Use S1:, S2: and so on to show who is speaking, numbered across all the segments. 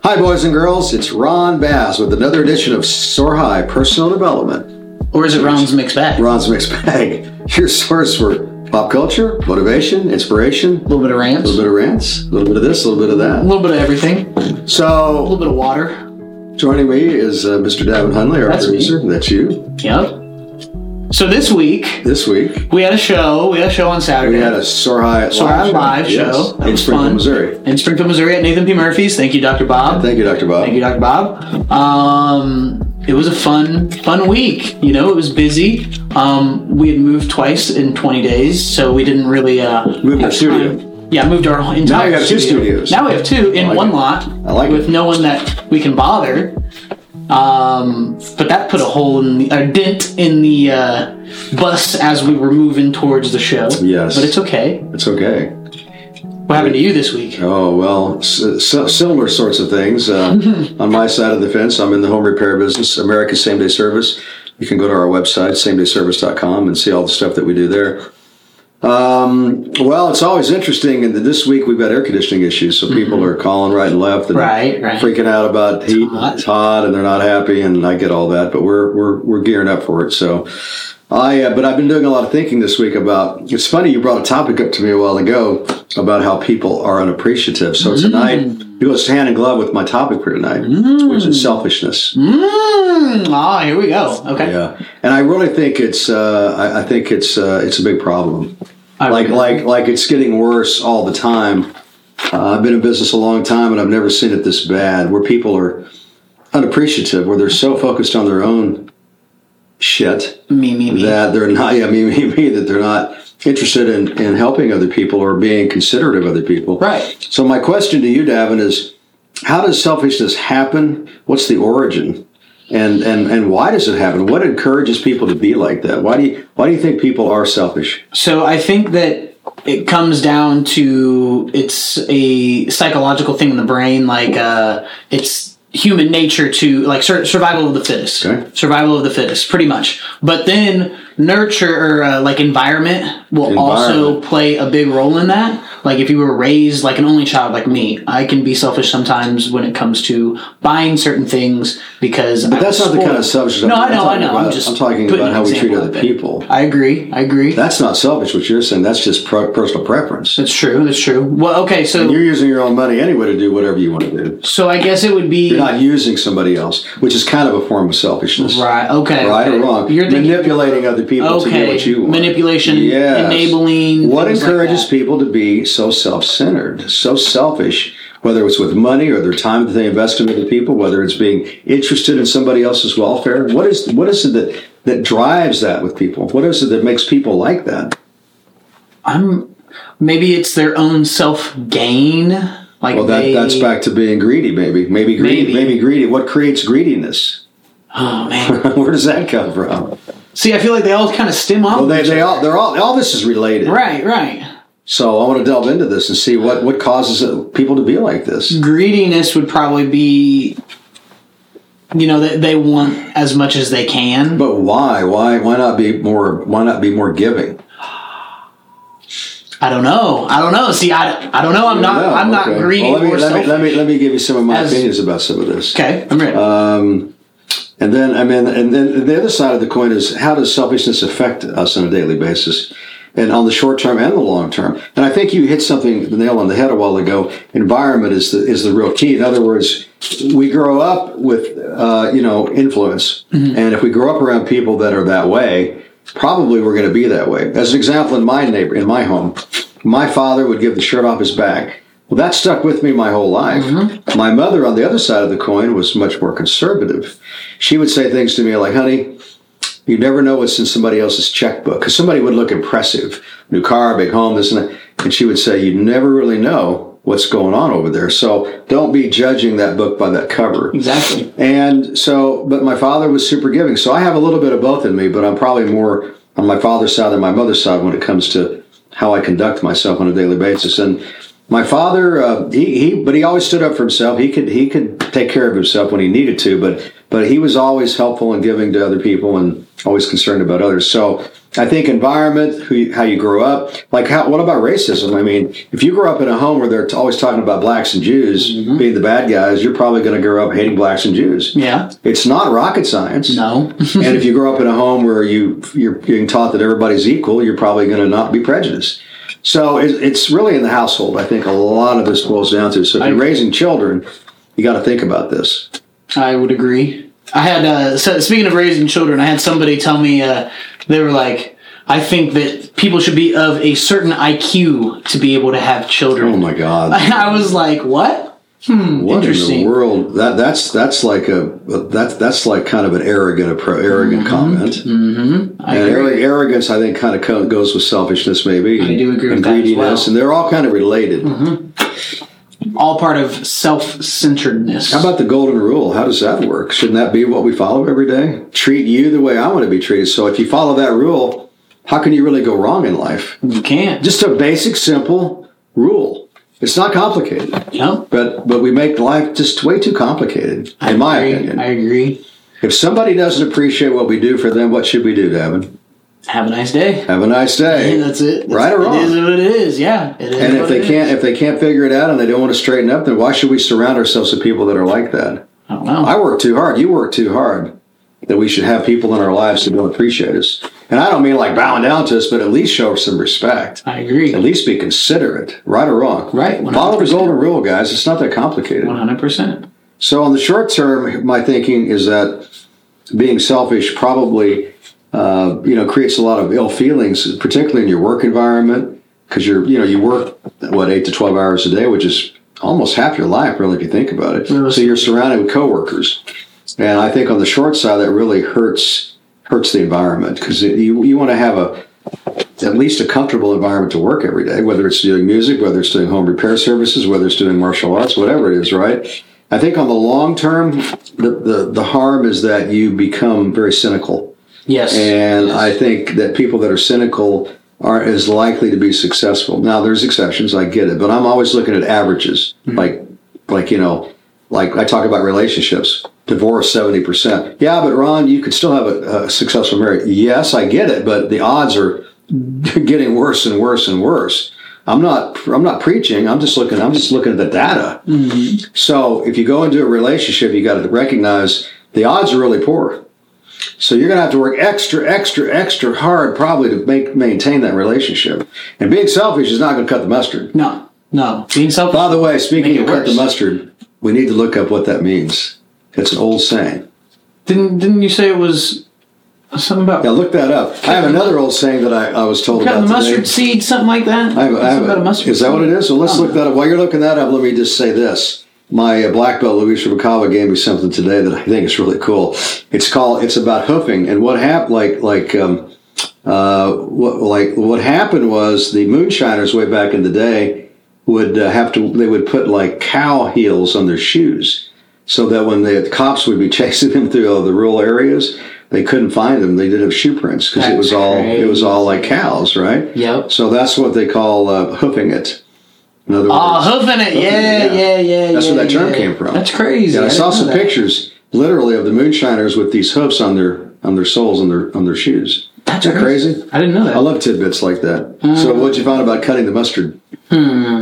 S1: Hi, boys and girls. It's Ron Bass with another edition of Soar High Personal Development,
S2: Or is it Ron's mixed bag? A
S1: Ron's Mixed Bag, your source for pop culture, motivation, inspiration,
S2: little bit of
S1: a
S2: rants,
S1: little bit of rants, a little bit of this, a little bit of
S2: a
S1: that.
S2: little bit of everything, a
S1: So,
S2: little bit of water.
S1: joining me is uh, Mr. Davin Hunley, our
S2: That's me.
S1: producer. That's you.
S2: Yep. So this week
S1: This week,
S2: we had a show. We had a show on Saturday
S1: we had a Soar High
S2: Soar High live
S1: Yes,
S2: show. That
S1: in
S2: was
S1: Springfield,
S2: fun.
S1: Missouri.
S2: in Springfield, Missouri at Nathan P. Murphy's. Thank you, Dr. Bob.
S1: Thank you, Dr. Bob.
S2: Thank you, Dr. Bob. Um, it was a fun, fun week. You know, it was busy. Um, we had moved twice in 20 days, so we didn't really uh,
S1: Moved your
S2: have
S1: studio.
S2: time. Yeah, moved our whole entire.
S1: you have two
S2: studio.
S1: studios.
S2: Now we have two in
S1: like
S2: one
S1: it.
S2: lot.
S1: I like
S2: with
S1: it.
S2: no one that we can bother. Um, but that put a hole in the a dent in the uh, bus as we were moving towards the show.
S1: Yes.
S2: but it's okay.
S1: It's okay.
S2: What happened to you this week?
S1: Oh well, s- s- similar sorts of things. Uh, on my side of the fence, I'm in the home repair business, America's Same Day Service. You can go to our website, samedayservice.com, and see all the stuff that we do there. Um, well, it's always interesting, and this week we've got air conditioning issues, so people are calling right and left and
S2: Right, right.
S1: freaking out about heat. It's hot.
S2: hot.
S1: and they're not happy, and I get all that, but we're we're we're gearing up for it. So. I, uh, but I've been doing a lot of thinking this week about. It's funny you brought a topic up to me a while ago about how people are unappreciative. So tonight it goes hand in glove with my topic for tonight, which is selfishness.
S2: Mm, ah, here we go. Okay.
S1: Yeah, and I really think it's. Uh, I, I think it's. Uh, it's a big problem.
S2: I
S1: Like
S2: really-
S1: like like it's getting worse all the time. Uh, I've been in business a long time, and I've never seen it this bad, where people are unappreciative, where they're so focused on their own shit
S2: me, me, me.
S1: that they're not yeah me me me that they're not interested in in helping other people or being considerate of other people
S2: Right.
S1: so my question to you davin is how does selfishness happen what's the origin and and and why does it happen what encourages people to be like that why do you why do you think people are selfish
S2: So I think that it comes down to it's a psychological thing in the brain, like uh, it's human nature to like sur- survival of the fittest,
S1: Okay.
S2: survival of the fittest, pretty much. But then nurture or uh, like environment will also
S1: Environment.
S2: play a big role in that. Like if you were raised like an only child, like me, I can be selfish sometimes when it comes to buying certain things because.
S1: but that's not the kind of subject
S2: No, I know, I
S1: talking
S2: know.
S1: about-
S2: I'm just.
S1: i'm talking
S2: putting
S1: about
S2: an
S1: how we treat
S2: example
S1: other
S2: of it.
S1: people
S2: I agree. I agree.
S1: that's not selfish what you're saying that's just pro- personal preference
S2: That's true. That's true. Well, okay, so
S1: you're using your own money anyway to do whatever you want to do
S2: so I guess it would be
S1: you're not using somebody else which is kind of a form of selfishness
S2: right. Okay,
S1: right
S2: okay.
S1: or wrong.
S2: You're thinking
S1: manipulating other people to get
S2: okay,
S1: what you want.
S2: manipulation,
S1: Yes.
S2: enabling.
S1: What
S2: things like
S1: encourages
S2: that.
S1: people to be so self-centered, so selfish? Whether it's with money or their time that they invest in other people, whether it's being interested in somebody else's welfare, what is what is it that that drives that with people? What is it that makes people like that?
S2: I'm maybe it's their own self gain. Like
S1: Well, that
S2: they,
S1: that's back to being greedy, maybe, maybe greedy,
S2: Maybe.
S1: maybe greedy. What creates greediness?
S2: Oh man.
S1: Where does that come from?
S2: See, I feel like they all kind of stem off.
S1: Well, they, they all they're all all this is related.
S2: right, right.
S1: So I want to delve into this and see what what causes uh, people to be like this.
S2: Greediness would probably be. You know they, they want as much as they can.
S1: But why? Why? Why not be more? Why not be more giving?
S2: I don't know. I don't know. See, I, I don't know. I'm not.
S1: No,
S2: I'm not
S1: okay.
S2: greedy
S1: Well, let, me,
S2: or
S1: let, me, Uh,
S2: selfish.
S1: let me let me give you some of my
S2: As-
S1: opinions about some of this.
S2: okay, I'm ready.
S1: And then I mean, and then the other side of the coin is how does selfishness affect us on a daily basis, and on the short term and the long term. And I think you hit something the nail on the head a while ago. Environment is the is the real key. In other words, we grow up with uh, you know influence, and if we grow up around people that are that way, probably we're going to be that way. As an example, in my neighbor, in my home, my father would give the shirt off his back. Well, that stuck with me my whole life. My mother, on the other side of the coin, was much more conservative. She would say things to me like, honey, you never know what's in somebody else's checkbook. Because somebody would look impressive new car, big home, this and that. And she would say, you never really know what's going on over there. So don't be judging that book by that cover.
S2: exactly.
S1: And so, but my father was super giving. So I have a little bit of both in me, but I'm probably more on my father's side than my mother's side when it comes to how I conduct myself on a daily basis. And my father, uh, he, he, but he always stood up for himself. He could, he could take care of himself when he needed to, but but he was always helpful and giving to other people and always concerned about others. So I think environment, who you, how you grew up, like how, what about racism? I mean, if you grow up in a home where they're t- always talking about blacks and Jews
S2: Mm-hmm.
S1: being the bad guys, you're probably going to grow up hating blacks and Jews.
S2: Yeah.
S1: It's not rocket science.
S2: No.
S1: and if you grow up in a home where you you're being taught that everybody's equal, you're probably going to not be prejudiced. So it, it's really in the household. I think a lot of this boils down to. So if
S2: I
S1: you're
S2: agree.
S1: raising children, you got to think about this.
S2: I would agree. I had uh, so speaking of raising children, I had somebody tell me uh, they were like, I think that people should be of a certain IQ to be able to have
S1: Oh
S2: children.
S1: my God!
S2: And I was like, what?
S1: What in
S2: Interesting.
S1: the world? That that's that's like a that's that's like kind of an arrogant appro- arrogant comment.
S2: Mm-hmm. I
S1: And
S2: agree.
S1: arro- arrogance, I think, kind of co- goes with selfishness, maybe. I
S2: do agree with
S1: and
S2: that as
S1: greediness,
S2: well. Mm-hmm.
S1: and they're all kind of related.
S2: All part of self-centeredness.
S1: How about the golden rule? How does that work? Shouldn't that be what we follow every day? Treat you the way I want to be treated. So if you follow that rule, how can you really go wrong in life?
S2: you can't.
S1: Just a basic, simple rule. It's not complicated,
S2: You know?
S1: but but we make life just way too complicated, in my
S2: I agree.
S1: opinion.
S2: I agree.
S1: if somebody doesn't appreciate what we do for them, what should we do, Davin?
S2: Have a nice day.
S1: Have a nice day.
S2: that's it. That's-
S1: Right or wrong?
S2: It is what it is. Yeah. It is
S1: and if
S2: what
S1: they
S2: it
S1: can't
S2: is.
S1: if they can't figure it out and they don't want to straighten up, then why should we surround ourselves with people that are like that?
S2: I don't know.
S1: I work too hard. You work too hard. That we should have people in our lives who don't appreciate us. And I don't mean like bowing down to us, but at least show some respect.
S2: I agree.
S1: At least be considerate, right or wrong.
S2: Right,
S1: Follow the golden rule, guys. It's not that complicated.
S2: One hundred percent.
S1: So, on the short term, my thinking is that being selfish probably, uh, you know, creates a lot of ill feelings, particularly in your work environment, because you're, you know, you work what eight to twelve hours a day, which is almost half your life, really, if you think about it. So you're surrounded with coworkers, and I think on the short side, that really hurts hurts the environment because you you want to have a at least a comfortable environment to work every day, whether it's doing music, whether it's doing home repair services, whether it's doing martial arts, whatever it is, right? I think on the long term, the, the, the harm is that you become very cynical.
S2: Yes.
S1: And
S2: Yes.
S1: I think that people that are cynical aren't as likely to be successful. Now, there's exceptions, I get it, but I'm always looking at averages. Like, like you know, like I talk about relationships, divorce 70%. Yeah, but Ron, you could still have a, a successful marriage. Yes, I get it, but the odds are getting worse and worse and worse. I'm not I'm not preaching. I'm just looking I'm just looking at the data. So if you go into a relationship, you got to recognize the odds are really poor. So you're going to have to work extra, extra, extra hard probably to make maintain that relationship. And being selfish is not going to cut the mustard.
S2: no. No. Being selfish.
S1: By the way, speaking
S2: Make it
S1: of cut the
S2: worse.
S1: mustard, we need to look up what that means. It's an old saying.
S2: Didn't Didn't you say it was something about
S1: Now look that up. I have another old saying that I, I was told
S2: Got
S1: about
S2: the mustard
S1: today.
S2: seed, something like that.
S1: I have, I have
S2: Something about a mustard
S1: is that
S2: seed?
S1: what it is? Well, let's
S2: Oh.
S1: look that up. While you're looking that up, let me just say this. My uh, black belt, Luis Rubalcaba, gave me something today that I think is really cool. It's called, it's about hoofing. And what happened, like, like, um, uh, what, like, what happened was the moonshiners way back in the day would uh, have to, they would put like cow heels on their shoes so that when the cops would be chasing them through all the rural areas, they couldn't find them. They didn't have shoe prints because it
S2: That's
S1: was all, it was all like cows, right?
S2: Yep.
S1: So that's what they call uh, hoofing it. In other words,
S2: Oh, hoofing it.
S1: Hoofing it,
S2: Yeah,
S1: yeah.
S2: yeah, yeah.
S1: That's where
S2: yeah,
S1: that term
S2: yeah.
S1: came from.
S2: That's crazy.
S1: yeah, I,
S2: didn't
S1: saw
S2: know
S1: some
S2: that.
S1: pictures, literally, of the moonshiners with these hoofs on their on their soles on their on their shoes.
S2: That's
S1: Isn't that crazy.
S2: I didn't know that. Uh.
S1: I love tidbits like that. So, what you found about cutting the mustard?
S2: Hmm.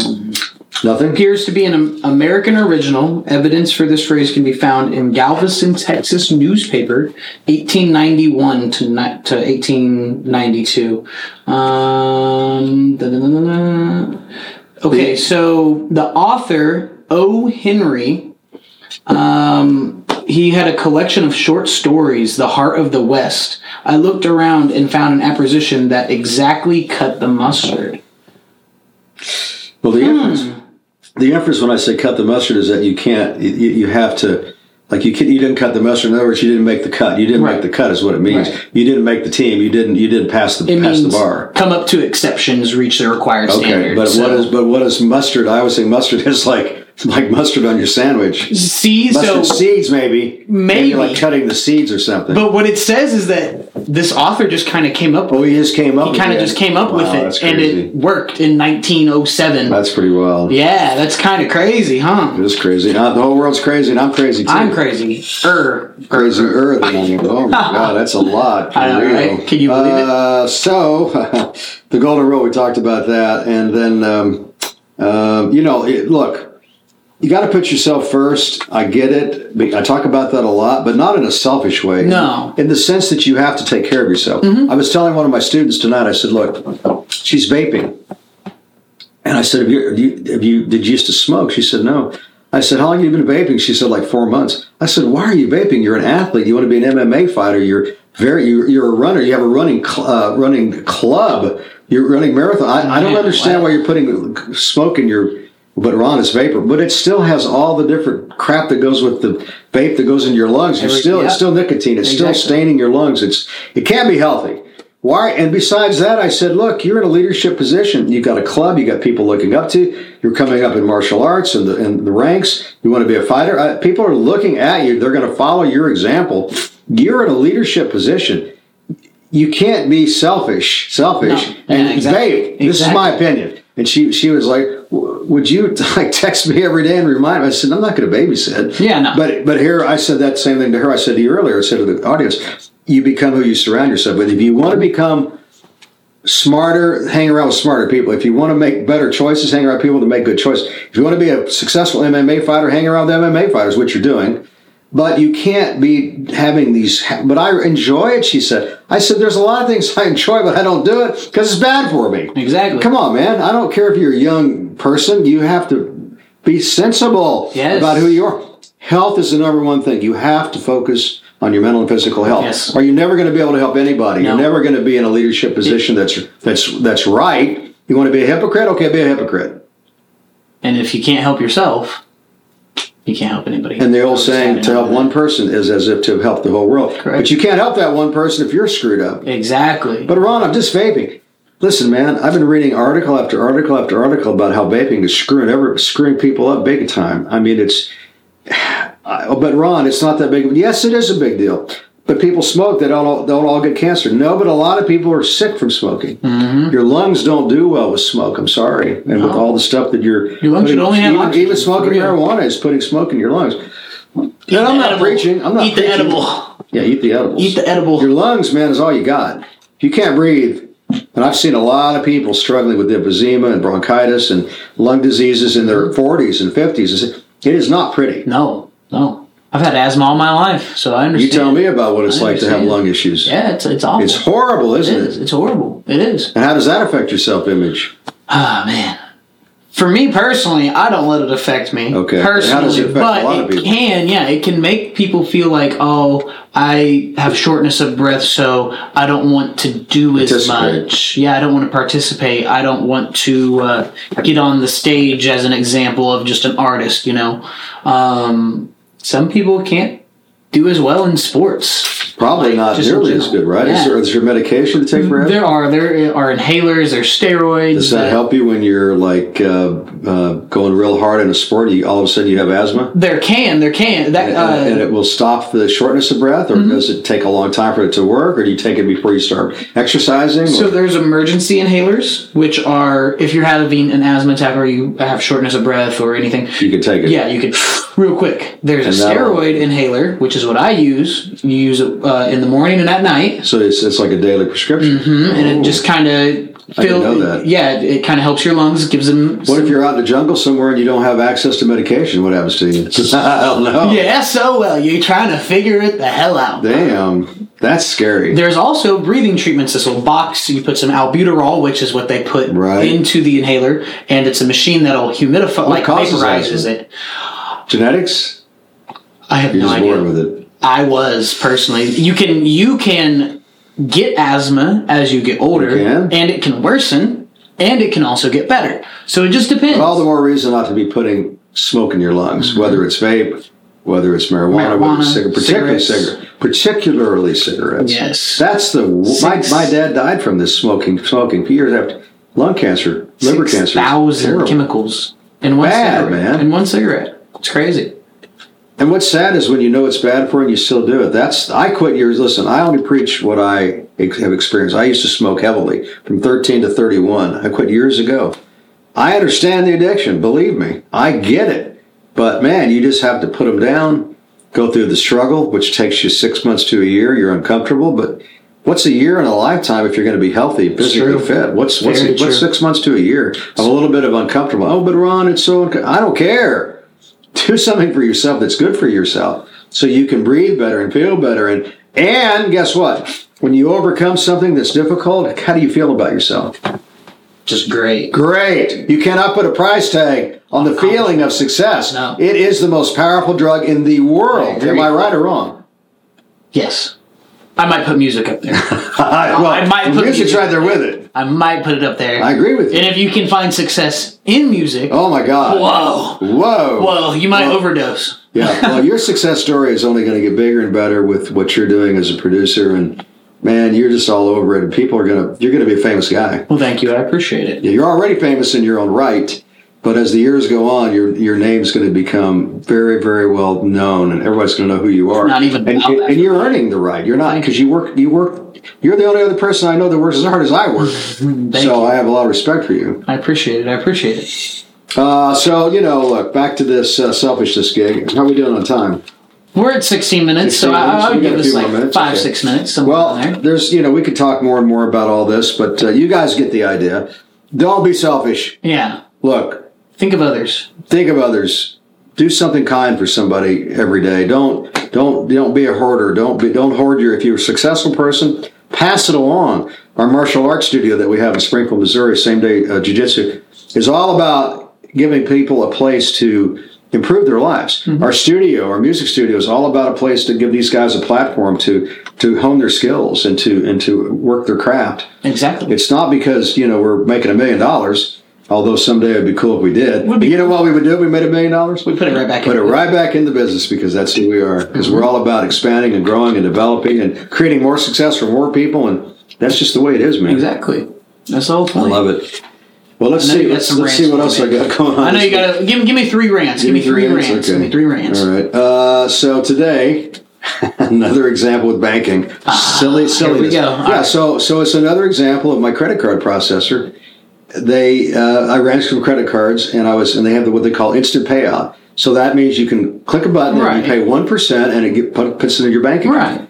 S1: Nothing.
S2: appears to be an Am- American original. Evidence for this phrase can be found in Galveston, Texas newspaper, 1891 to, ni- to 1892. Um, da-da-da-da-da. okay, so the author, O. Henry, um, he had a collection of short stories, The Heart of the West. I looked around and found an apposition that exactly cut the mustard.
S1: Well,
S2: Hmm.
S1: the inference, the inference when I say cut the mustard is that you can't, you, you have to, like you can, you didn't cut the mustard. In other words, you didn't make the cut. You didn't
S2: Right.
S1: make the cut is what it means.
S2: Right.
S1: You didn't make the team. You didn't, you didn't pass the
S2: It
S1: pass
S2: means
S1: the bar.
S2: come up to exceptions, reach the required
S1: Okay,
S2: standard.
S1: but
S2: so-
S1: what is but what is mustard? I always say mustard is like like mustard on your sandwich.
S2: See,
S1: Mustard
S2: so
S1: seeds, maybe.
S2: Maybe.
S1: You're like cutting the seeds or something.
S2: but what it says is that this author just kind of came up
S1: oh, he just came up.
S2: he
S1: with
S2: kind of
S1: that.
S2: just came up
S1: Wow,
S2: with
S1: That's
S2: it and
S1: crazy.
S2: it worked in 1907
S1: that's pretty wild.
S2: yeah that's kind of crazy huh
S1: It is crazy. Uh, the whole world's crazy, and I'm crazy too.
S2: i'm crazy er
S1: crazier than I am. Oh my god, that's a lot.
S2: I know, right? Can you believe it?
S1: uh, So, the golden rule we talked about that, and then um, um, you know, it, look, you got to put yourself first. I get it. Be- I talk about that a lot, but not in a selfish way.
S2: No. Mm-hmm.
S1: in the sense that you have to take care of yourself. I was telling one of my students tonight. I said, look, she's vaping. And I said, have you, have you, have you, did you used to smoke? She said, no. I said, how long have you been vaping? She said, like four months. I said, why are you vaping? You're an athlete. You want to be an MMA fighter. You're very, you're, you're a runner. You have a running, cl- uh, running club. You're running marathon. I, I don't
S2: Yeah,
S1: understand
S2: wow.
S1: why you're putting smoke in your, but Ron is vapor, but it still has all the different crap that goes with the vape that goes into your lungs. You're
S2: Every-
S1: still, it's
S2: yeah.
S1: still nicotine. It's still
S2: Exactly.
S1: staining your lungs. It's, it can't be healthy. Why? And besides that, I said, look, you're in a leadership position. You've got a club. You got people looking up to. You're coming up in martial arts and the and the ranks. You want to be a fighter. Uh, people are looking at you. They're going to follow your example. You're in a leadership position. You can't be selfish. Selfish
S2: No.
S1: and
S2: Yeah, exactly.
S1: vape. This is my
S2: Exactly.
S1: opinion. And she she was like, "W- "Would you like text me every day and remind me?" I said, "I'm not going to babysit."
S2: Yeah, no.
S1: But but here I said that same thing to her. I said to you earlier. I said to the audience, "You become who you surround yourself with. If you want to become smarter, hang around with smarter people. If you want to make better choices, hang around people that make good choices. If you want to be a successful MMA fighter, hang around with MMA fighters, which you're doing." But you can't be having these. ha- But I enjoy it, she said. I said, "There's a lot of things I enjoy, but I don't do it because it's bad for me."
S2: exactly
S1: Come on, man. I don't care if you're a young person. You have to be sensible
S2: Yes.
S1: about who you are. Health is the number one thing. You have to focus on your mental and physical health.
S2: Yes.
S1: Or you're never going to be able to help anybody. You're
S2: No.
S1: never going to be in a leadership position that's that's that's right. You want to be a hypocrite? Okay, be a hypocrite.
S2: and if you can't help yourself you can't help anybody
S1: And the old saying to help one person is as if to have helped the whole world.
S2: Correct.
S1: But you can't help that one person if you're screwed up.
S2: exactly
S1: But Ron, I'm just vaping. Listen, man, I've been reading article after article after article about how vaping is screwing ever screwing people up big time. I mean, it's. I, oh, but Ron, it's not that big. of Yes, it is a big deal. But people smoke; they don't all, don't all get cancer. No, but a lot of people are sick from smoking.
S2: Mm-hmm.
S1: Your lungs don't do well with smoke. I'm sorry, and with all the stuff that you're
S2: Your lungs
S1: putting-
S2: should only have
S1: even,
S2: oxygen,
S1: even smoking
S2: for real.
S1: marijuana is putting smoke in your lungs. And I'm
S2: the
S1: not
S2: edible.
S1: preaching. I'm not
S2: Eat the
S1: preaching.
S2: edible.
S1: Yeah, eat the edibles.
S2: Eat the edible.
S1: Your lungs, man, is all you got. If you can't breathe, and I've seen a lot of people struggling with emphysema and bronchitis and lung diseases in their 40s and 50s. It is not pretty.
S2: no no i've had asthma all my life so i
S1: You
S2: understand
S1: tell me about what it's
S2: I
S1: like to have
S2: understand.
S1: lung issues.
S2: yeah it's it's awful
S1: It's horrible,
S2: it
S1: isn't it?
S2: is it's horrible it is
S1: And how does that affect your self image?
S2: Ah man. For me personally, I don't let it affect me.
S1: Okay.
S2: Personally,
S1: How does it affect a
S2: but
S1: lot of
S2: it
S1: people?
S2: can, yeah, it can make people feel like, oh, I have shortness of breath, so I don't want to do as
S1: Participate.
S2: much. Yeah, I don't want to participate. I don't want to uh, get on the stage as an example of just an artist. You know, um, some people can't do as well in sports.
S1: Probably
S2: Like,
S1: not
S2: just in
S1: nearly as
S2: general.
S1: good, right? Is,
S2: Yeah.
S1: there, is there medication to take for it?
S2: There are there are inhalers, there's steroids.
S1: Does that help you when you're like uh, uh, going real hard in a sport? You, all of a sudden you have asthma?
S2: There can, there can. That
S1: And,
S2: uh, Mm-hmm.
S1: and it will stop the shortness of breath, or does it take a long time for it to work, or do you take it before you start exercising?
S2: So
S1: or-
S2: there's emergency inhalers, which are if you're having an asthma attack or you have shortness of breath or anything.
S1: you can take it.
S2: Yeah, you could real quick. There's a
S1: And that'll-
S2: steroid inhaler, which is what I use. You use it uh, in the morning and at night,
S1: So it's, it's like a daily prescription.
S2: Mm-hmm, and it just kind of fills.
S1: know that.
S2: Yeah, it, kind of helps your lungs, gives them.
S1: What if you're out in the jungle somewhere and you don't have access to medication? What happens to you? I don't know.
S2: yeah, so well, you're trying to figure it the hell out.
S1: Damn, that's scary.
S2: There's also breathing treatments. This little box, you put some albuterol, which is what they put
S1: Right.
S2: into the inhaler, and it's a machine that'll humidify, like
S1: causes
S2: vaporizes
S1: asthma?
S2: it.
S1: Genetics?
S2: I have
S1: You're
S2: no
S1: just
S2: idea.
S1: born with it.
S2: I was personally. You can you can get asthma as you get older,
S1: You can?
S2: and it can worsen, and it can also get better. So it just depends.
S1: All the more reason not to be putting smoke in your lungs, whether it's vape, whether it's marijuana, whether it's
S2: Mm-hmm. Marijuana,
S1: cigarette, particularly
S2: cigarettes.
S1: cigarette, particularly cigarettes.
S2: Yes.
S1: that's the my,
S2: Six-
S1: my dad died from this smoking smoking years after lung cancer, liver cancer. It's
S2: thousand
S1: terrible.
S2: chemicals in one
S1: Bad,
S2: cigarette.
S1: man.
S2: In one cigarette. It's crazy.
S1: And what's sad is when you know it's bad for you and you still do it. That's I quit years. Listen, I only preach what I ex- have experienced. I used to smoke heavily from 13 to 31. I quit years ago. I understand the addiction. Believe me, I get it. But man, you just have to put them down, go through the struggle, which takes you six months to a year. You're uncomfortable, but what's a year in a lifetime if you're going to be healthy, physically
S2: true.
S1: fit? What's what's
S2: Very
S1: what's
S2: true.
S1: six months to a year of a little bit of uncomfortable? Oh, but Ron, it's so unco-" I don't care do something for yourself that's good for yourself so you can breathe better and feel better and and guess what when you overcome something that's difficult how do you feel about yourself
S2: Just great.
S1: great you cannot put a price tag on the feeling of success
S2: No.
S1: it is the most powerful drug in the world
S2: I agree.
S1: am i right or wrong
S2: Yes. I might put music up there.
S1: well,
S2: I might put
S1: music's
S2: you-
S1: right there with it
S2: I might put it up there.
S1: i agree with
S2: And
S1: you
S2: if you can find success in music,
S1: oh my god
S2: whoa,
S1: whoa
S2: whoa, you might
S1: Whoa.
S2: overdose.
S1: Yeah, well, your success story is only going to get bigger and better with what you're doing as a producer, and man, you're just all over it. And people are gonna, you're gonna be a famous guy.
S2: Well, thank you. I appreciate it.
S1: Yeah, You're already famous in your own right, but as the years go on, your your name's going to become very, very well known, and everybody's going to know who you are.
S2: Not even
S1: and,
S2: about that.
S1: and you're earning the right. You're not because you work, you work. You're the only other person I know that works as hard as I work. so
S2: you.
S1: I have a lot of respect for you.
S2: I appreciate it. I appreciate it.
S1: Uh, so you know, look back to this uh, selfishness gig. How are we doing on time?
S2: We're at 16 minutes,
S1: 16
S2: so I,
S1: minutes.
S2: I would
S1: We got
S2: give
S1: a
S2: us
S1: few more
S2: like
S1: minutes.
S2: five,
S1: Okay.
S2: six minutes, somewhere
S1: Well,
S2: in there.
S1: there's you know we could talk more and more about all this, but uh, you guys get the idea. Don't be selfish.
S2: Yeah.
S1: Look,
S2: Think of others.
S1: think of others. Do something kind for somebody every day. Don't don't don't be a hoarder. Don't be don't hoard your. If you're a successful person, pass it along. Our martial arts studio that we have in Springfield, Missouri, same day uh, jujitsu, is all about giving people a place to improve their lives. Our studio, our music studio, is all about a place to give these guys a platform to to hone their skills and to and to work their craft.
S2: Exactly.
S1: It's not because you know we're making a million dollars, although someday it'd be cool if we did.
S2: Would be-
S1: you know what we would do? if We made a million dollars.
S2: we put it right back
S1: Put it
S2: in.
S1: right back in the business because that's who we are. Because we're all about expanding and growing and developing and creating more success for more people, and that's just the way it is, man.
S2: Exactly. That's the whole
S1: I
S2: point.
S1: love it. Well, let's
S2: I know
S1: see.
S2: you got
S1: Let's,
S2: some
S1: let's see
S2: rants
S1: what
S2: to
S1: else I
S2: make.
S1: got going on.
S2: I know you got to give, give me three rants. Give me three rants.
S1: okay.
S2: Give me three rants.
S1: All right. Uh, so today, another example with banking. Silly, silly.
S2: Ah, go. All
S1: Yeah.
S2: right.
S1: So, so it's another example of my credit card processor. They, uh, I ran some credit cards, and I was, and they have what they call instant payout. So that means you can click a button and
S2: Right.
S1: you pay one percent, and it get, put, puts it in your bank account.
S2: Right.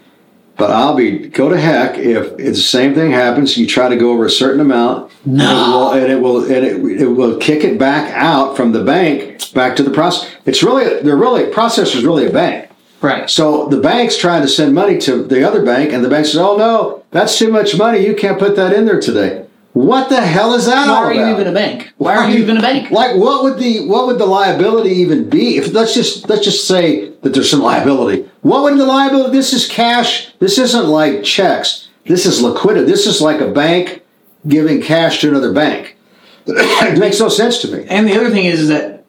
S1: But I'll be go to heck if it's the same thing happens. You try to go over a certain amount,
S2: No.
S1: and it will and it will and it, it will kick it back out from the bank back to the process. It's really they're really processor's really a bank.
S2: Right.
S1: So the bank's trying to send money to the other bank, and the bank says, "Oh no, that's too much money. You can't put that in there today." What the hell is that
S2: Why
S1: all
S2: are you
S1: about?
S2: even a bank? Why are you even a bank?
S1: Like, what would the what would the liability even be? If let's just let's just say that there's some liability. What would the liability? This is cash. This isn't like checks. This is liquidity. This is like a bank giving cash to another bank. it makes no sense to me.
S2: And the other thing is, is that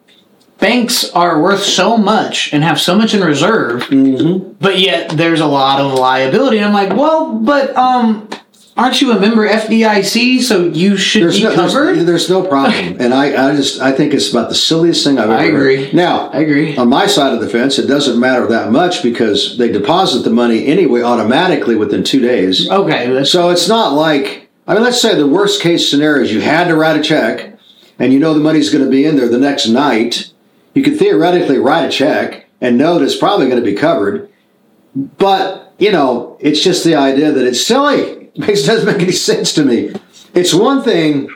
S2: banks are worth so much and have so much in reserve,
S1: Mm-hmm.
S2: but yet there's a lot of liability. And I'm like, well, but um, aren't you a member FDIC? So you should
S1: There's
S2: be
S1: no,
S2: covered.
S1: there's, there's no problem, and I, I just I think it's about the silliest thing I've ever.
S2: I agree.
S1: Heard. Now
S2: I agree.
S1: On my side of the fence, it doesn't matter that much because they deposit the money anyway automatically within two days.
S2: okay, that's
S1: So it's not like I mean, let's say the worst case scenario is you had to write a check, and you know the money's going to be in there the next night. You could theoretically write a check and know that it's probably going to be covered, but you know it's just the idea that it's silly. It makes- doesn't make any sense to me. It's one thing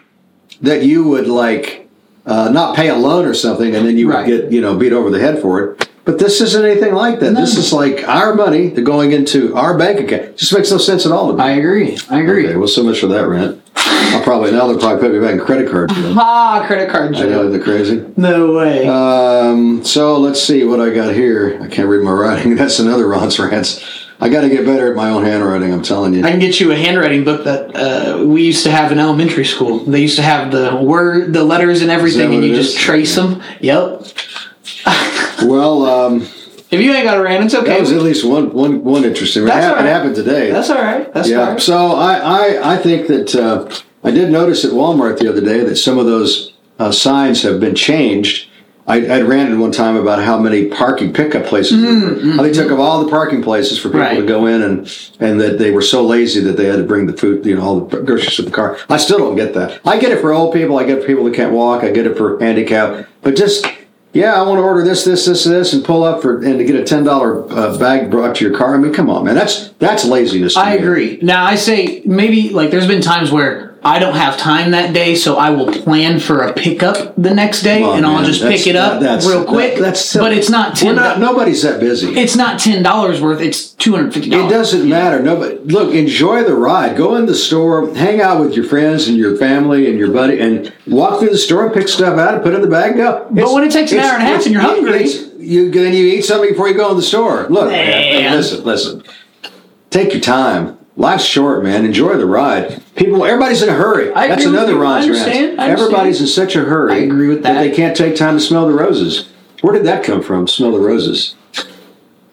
S1: that you would like uh, not pay a loan or something, and then you
S2: Right.
S1: would get you know beat over the head for it. But this isn't anything like that. This is like our money that going into our bank account. Just makes no sense at all to me.
S2: I agree. I agree.
S1: Okay, well, so much for that rant. I'll probably now they'll probably put me back in credit card. bill.
S2: Ah, credit card
S1: I know
S2: joke.
S1: they're crazy.
S2: No way.
S1: Um, so let's see what I got here. I can't read my writing. That's another Ron's rants. I got to get better at my own handwriting. I'm telling you.
S2: I can get you a handwriting book that uh, we used to have in elementary school. They used to have the word, the letters, and everything,
S1: what
S2: and you
S1: it
S2: just
S1: is?
S2: trace them. Yep.
S1: Well, um,
S2: If you ain't got a rant, it's
S1: that
S2: okay.
S1: was at least one one one interesting. It
S2: That's
S1: hap-
S2: all
S1: it
S2: right.
S1: happened today.
S2: That's all right. That's all
S1: Yeah.
S2: right.
S1: So I, I, I think that uh, I did notice at Walmart the other day that some of those uh, signs have been changed. I, I'd ranted one time about how many parking pickup places there were. how they took up all the parking places for people to
S2: Mm-hmm. Right.
S1: go in, and and that they were so lazy that they had to bring the food, you know, all the groceries to the car. I still don't get that. I get it for old people. I get it for people that can't walk. I get it for handicapped. But just yeah, I want to order this, this, this, and this, and pull up for and to get a ten dollar uh, bag brought to your car. I mean, come on, man, that's that's laziness. to me.
S2: I agree. Now I say maybe like there's been times where I don't have time that day, so I will plan for a pickup the next day,
S1: Come on,
S2: and I'll
S1: man,
S2: just
S1: that's-
S2: pick it up
S1: that- that's-
S2: real
S1: that-
S2: quick.
S1: that's silly.
S2: but it's not
S1: We're
S2: ten.
S1: not. Nobody's that busy.
S2: it's not ten dollars worth. It's two hundred fifty
S1: It
S2: dollars.
S1: doesn't matter. No, but look, enjoy the ride. Go in the store, hang out with your friends and your family and your buddy, and walk through the store and pick stuff out and put it in the bag. and Go. It's-
S2: when it takes an
S1: it's-
S2: hour and a half
S1: it's-
S2: and you're hungry-
S1: it's- you then you eat something before you go in the store. Look, man,
S2: Man.
S1: listen, listen. Take your time. Life's short, man. Enjoy the ride. People, everybody's in a hurry.
S2: I
S1: That's
S2: agree with
S1: another
S2: you. I
S1: Ron's rant.
S2: understand. I understand.
S1: Everybody's in such a hurry.
S2: I agree with that.
S1: they can't take time to smell the roses. Where did that come from? Smell the roses.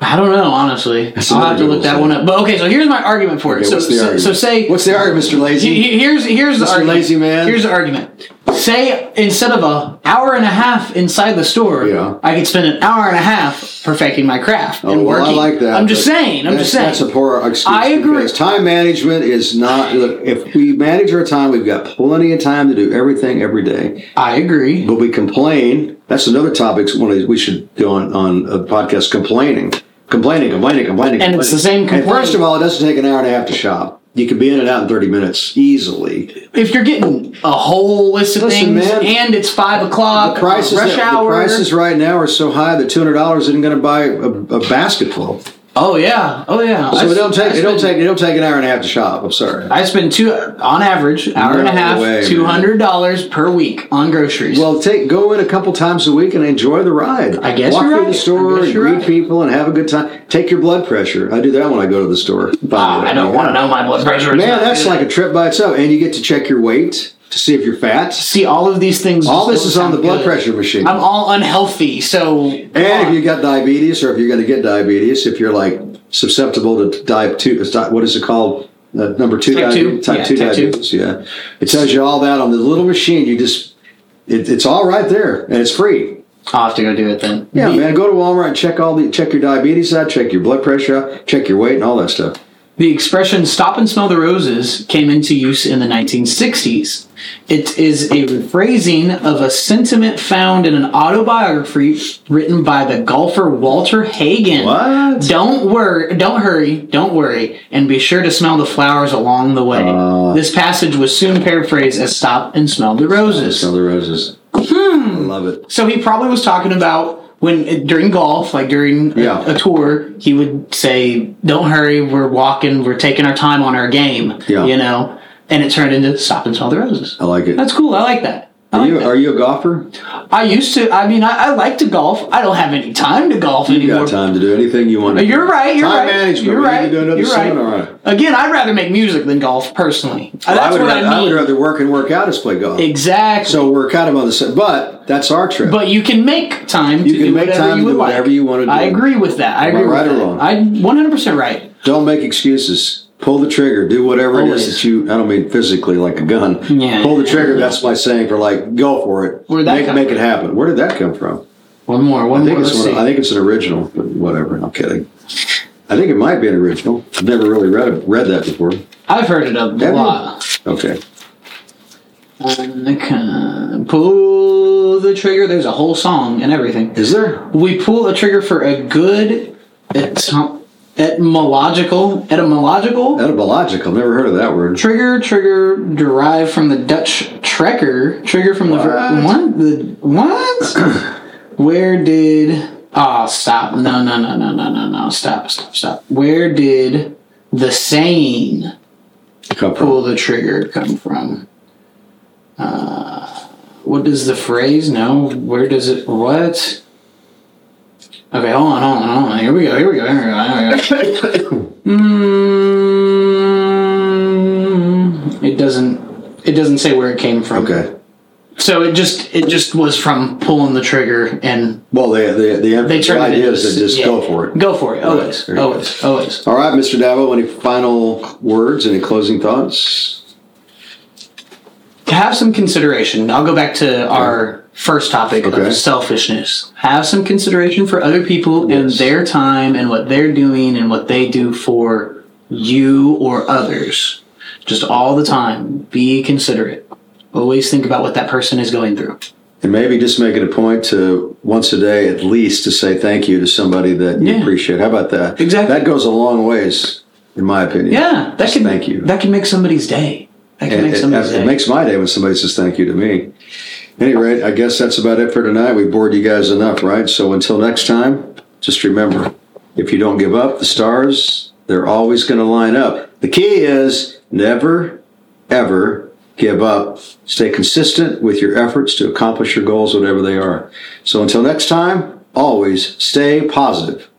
S2: I don't know, honestly. I'll
S1: another
S2: have to
S1: good
S2: look that
S1: one,
S2: one up. But okay, so here's my argument for it.
S1: Okay,
S2: so,
S1: what's the
S2: so,
S1: argument?
S2: so say
S1: what's the argument, Mr. Lazy?
S2: He- he- Here's here's the
S1: Mr.
S2: argument.
S1: Lazy Man.
S2: Here's the argument. Say instead of a hour and a half inside the store,
S1: Yeah.
S2: I could spend an hour and a half perfecting my craft
S1: Oh,
S2: and
S1: well,
S2: working.
S1: I like that.
S2: I'm just
S1: but
S2: saying. I'm
S1: that's-
S2: just saying.
S1: That's a poor excuse.
S2: I agree.
S1: because Time management is not. Look, if we manage our time, we've got plenty of time to do everything every day.
S2: I agree.
S1: But we complain. That's another topic. One of these- we should do on on a podcast. Complaining, complaining, complaining, complaining.
S2: And it's the same
S1: complaining. And first
S2: complaint.
S1: of all, it doesn't take an hour and a half to shop. You can be in and out in thirty minutes easily.
S2: If you're getting a whole list of
S1: Listen,
S2: things,
S1: man,
S2: and it's five o'clock,
S1: Prices,
S2: rush
S1: that-
S2: hour.
S1: The prices right now are so high that two hundred dollars isn't going to buy a, a basket full.
S2: oh yeah, oh yeah.
S1: So it don't take.
S2: I
S1: It don't
S2: spend-
S1: take. It don't take an hour and a half to shop. I'm sorry.
S2: I spend two on average hour and
S1: No
S2: a
S1: way,
S2: half,
S1: man.
S2: two hundred dollars per week on groceries.
S1: Well, take go in a couple times a week and enjoy the ride.
S2: I guess
S1: walk
S2: you're
S1: through
S2: right.
S1: the store
S2: I guess
S1: and
S2: you're
S1: greet
S2: right.
S1: people and have a good time. Take your blood pressure. I do that when I go to the store.
S2: Ah, I don't want to know my blood pressure.
S1: Man, that's like a trip by itself, and you get to check your weight to see if you're fat.
S2: see all of these things.
S1: All
S2: just
S1: this is
S2: don't
S1: on the
S2: sound
S1: blood
S2: good.
S1: pressure machine.
S2: I'm all unhealthy, so
S1: and if you got diabetes, or if you're going to get diabetes, if you're like susceptible to type two, is that- what is it called? Uh, number two,
S2: Type two?
S1: diabetes, type
S2: Yeah,
S1: two
S2: type two.
S1: diabetes. Yeah, it tells you all that on the little machine. You just, it, it's all right there, and it's free.
S2: I'll have to go do it then.
S1: Yeah, man, go to Walmart and check all the check your diabetes out, check your blood pressure out, check your weight and all that stuff.
S2: The expression "stop and smell the roses" came into use in the 1960s. It is a rephrasing of a sentiment found in an autobiography written by the golfer Walter Hagen.
S1: What?
S2: Don't worry, don't hurry, don't worry, and be sure to smell the flowers along the way.
S1: Uh.
S2: this passage was soon paraphrased as "stop and smell the roses."
S1: Smell the roses.
S2: Hmm.
S1: I love it.
S2: So he probably was talking about when during golf, like during a,
S1: Yeah.
S2: a tour, he would say, "Don't hurry, we're walking, we're taking our time on our game."
S1: Yeah.
S2: You know, and it turned into "Stop and Smell the Roses."
S1: I like it.
S2: That's cool. I like that. I,
S1: Are
S2: like
S1: you, uh,
S2: that.
S1: are you a golfer?
S2: I used to. I mean, I, I like to golf. I don't have any time to golf
S1: You
S2: anymore.
S1: got time to do anything you want to.
S2: Uh, You're right. You're
S1: time
S2: right.
S1: management.
S2: You're
S1: we
S2: right.
S1: Need to do another
S2: You're right.
S1: seminar on it.
S2: Again, I'd rather make music than golf, personally.
S1: Well,
S2: Uh, That's
S1: I would
S2: what
S1: rather,
S2: I mean.
S1: would rather work and work out as play golf.
S2: exactly.
S1: So we're kind of on the same. But that's our trip.
S2: But you can make time.
S1: You
S2: to
S1: can
S2: do
S1: make
S2: whatever
S1: time to
S2: you would
S1: do whatever
S2: like.
S1: you wanna do.
S2: I agree with that. I
S1: Am I
S2: agree with
S1: right or
S2: that.
S1: wrong?
S2: I'm 100 percent right.
S1: Don't make excuses. Pull the trigger. Do whatever it is
S2: Always.
S1: that you. I don't mean physically like a gun.
S2: Yeah.
S1: Pull the trigger. That's my saying for like go for it.
S2: Where'd that
S1: make
S2: come
S1: make
S2: from?
S1: it happen. Where did that come from?
S2: One more. One
S1: I think
S2: more.
S1: it's
S2: Let's
S1: one,
S2: see.
S1: I think it's an original, but whatever. I'm kidding. I think it might be an original. I've never really read it, read that before.
S2: I've heard it a
S1: Have you?
S2: lot.
S1: Okay.
S2: Okay. Pull the trigger. There's a whole song and everything.
S1: Is there?
S2: We pull a trigger for a good etom- etymological etymological
S1: Etymological. Never heard of that word.
S2: Trigger, trigger, derived from the Dutch trekker. Trigger from the ver-
S1: What?
S2: what? The what? Where did? Ah, stop! No, no, no, no, no, no, no! Stop! Stop! Stop! Where did the saying
S1: Come from.
S2: "pull the trigger" come from? Uh, what does the phrase? No, where does it? What? Okay, hold on, hold on, hold on. Here we go. Here we go. Here we go. Here we go. Mm, it doesn't. It doesn't say where it came from.
S1: Okay.
S2: So it just it just was from pulling the trigger and
S1: Well, the the the,
S2: they
S1: the
S2: turned it
S1: idea
S2: into
S1: is to
S2: s-
S1: just
S2: yeah.
S1: go for it.
S2: Go for it. Always.
S1: There you go.
S2: always. Always.
S1: All right, Mr. Davo. Any final words? Any closing thoughts?
S2: have some consideration. I'll go back to our first topic
S1: Okay.
S2: of selfishness. Have some consideration for other people and
S1: Yes.
S2: their time and what they're doing and what they do for you or others. Just all the time. Be considerate. Always think about what that person is going through.
S1: And maybe just make it a point to once a day at least to say thank you to somebody that you
S2: Yeah.
S1: appreciate. How about that?
S2: Exactly.
S1: That goes a long ways, in my opinion.
S2: Yeah, that
S1: Just
S2: can
S1: thank you.
S2: That can make somebody's day. That can
S1: It,
S2: make
S1: it-
S2: somebody's
S1: it
S2: day.
S1: makes my day when somebody says thank you to me. Anyway, I guess that's about it for tonight. We bored you guys enough, right? So until next time, just remember if you don't give up, the stars, they're always going to line up. The key is never, ever give up. Stay consistent with your efforts to accomplish your goals, whatever they are. So until next time, always stay positive.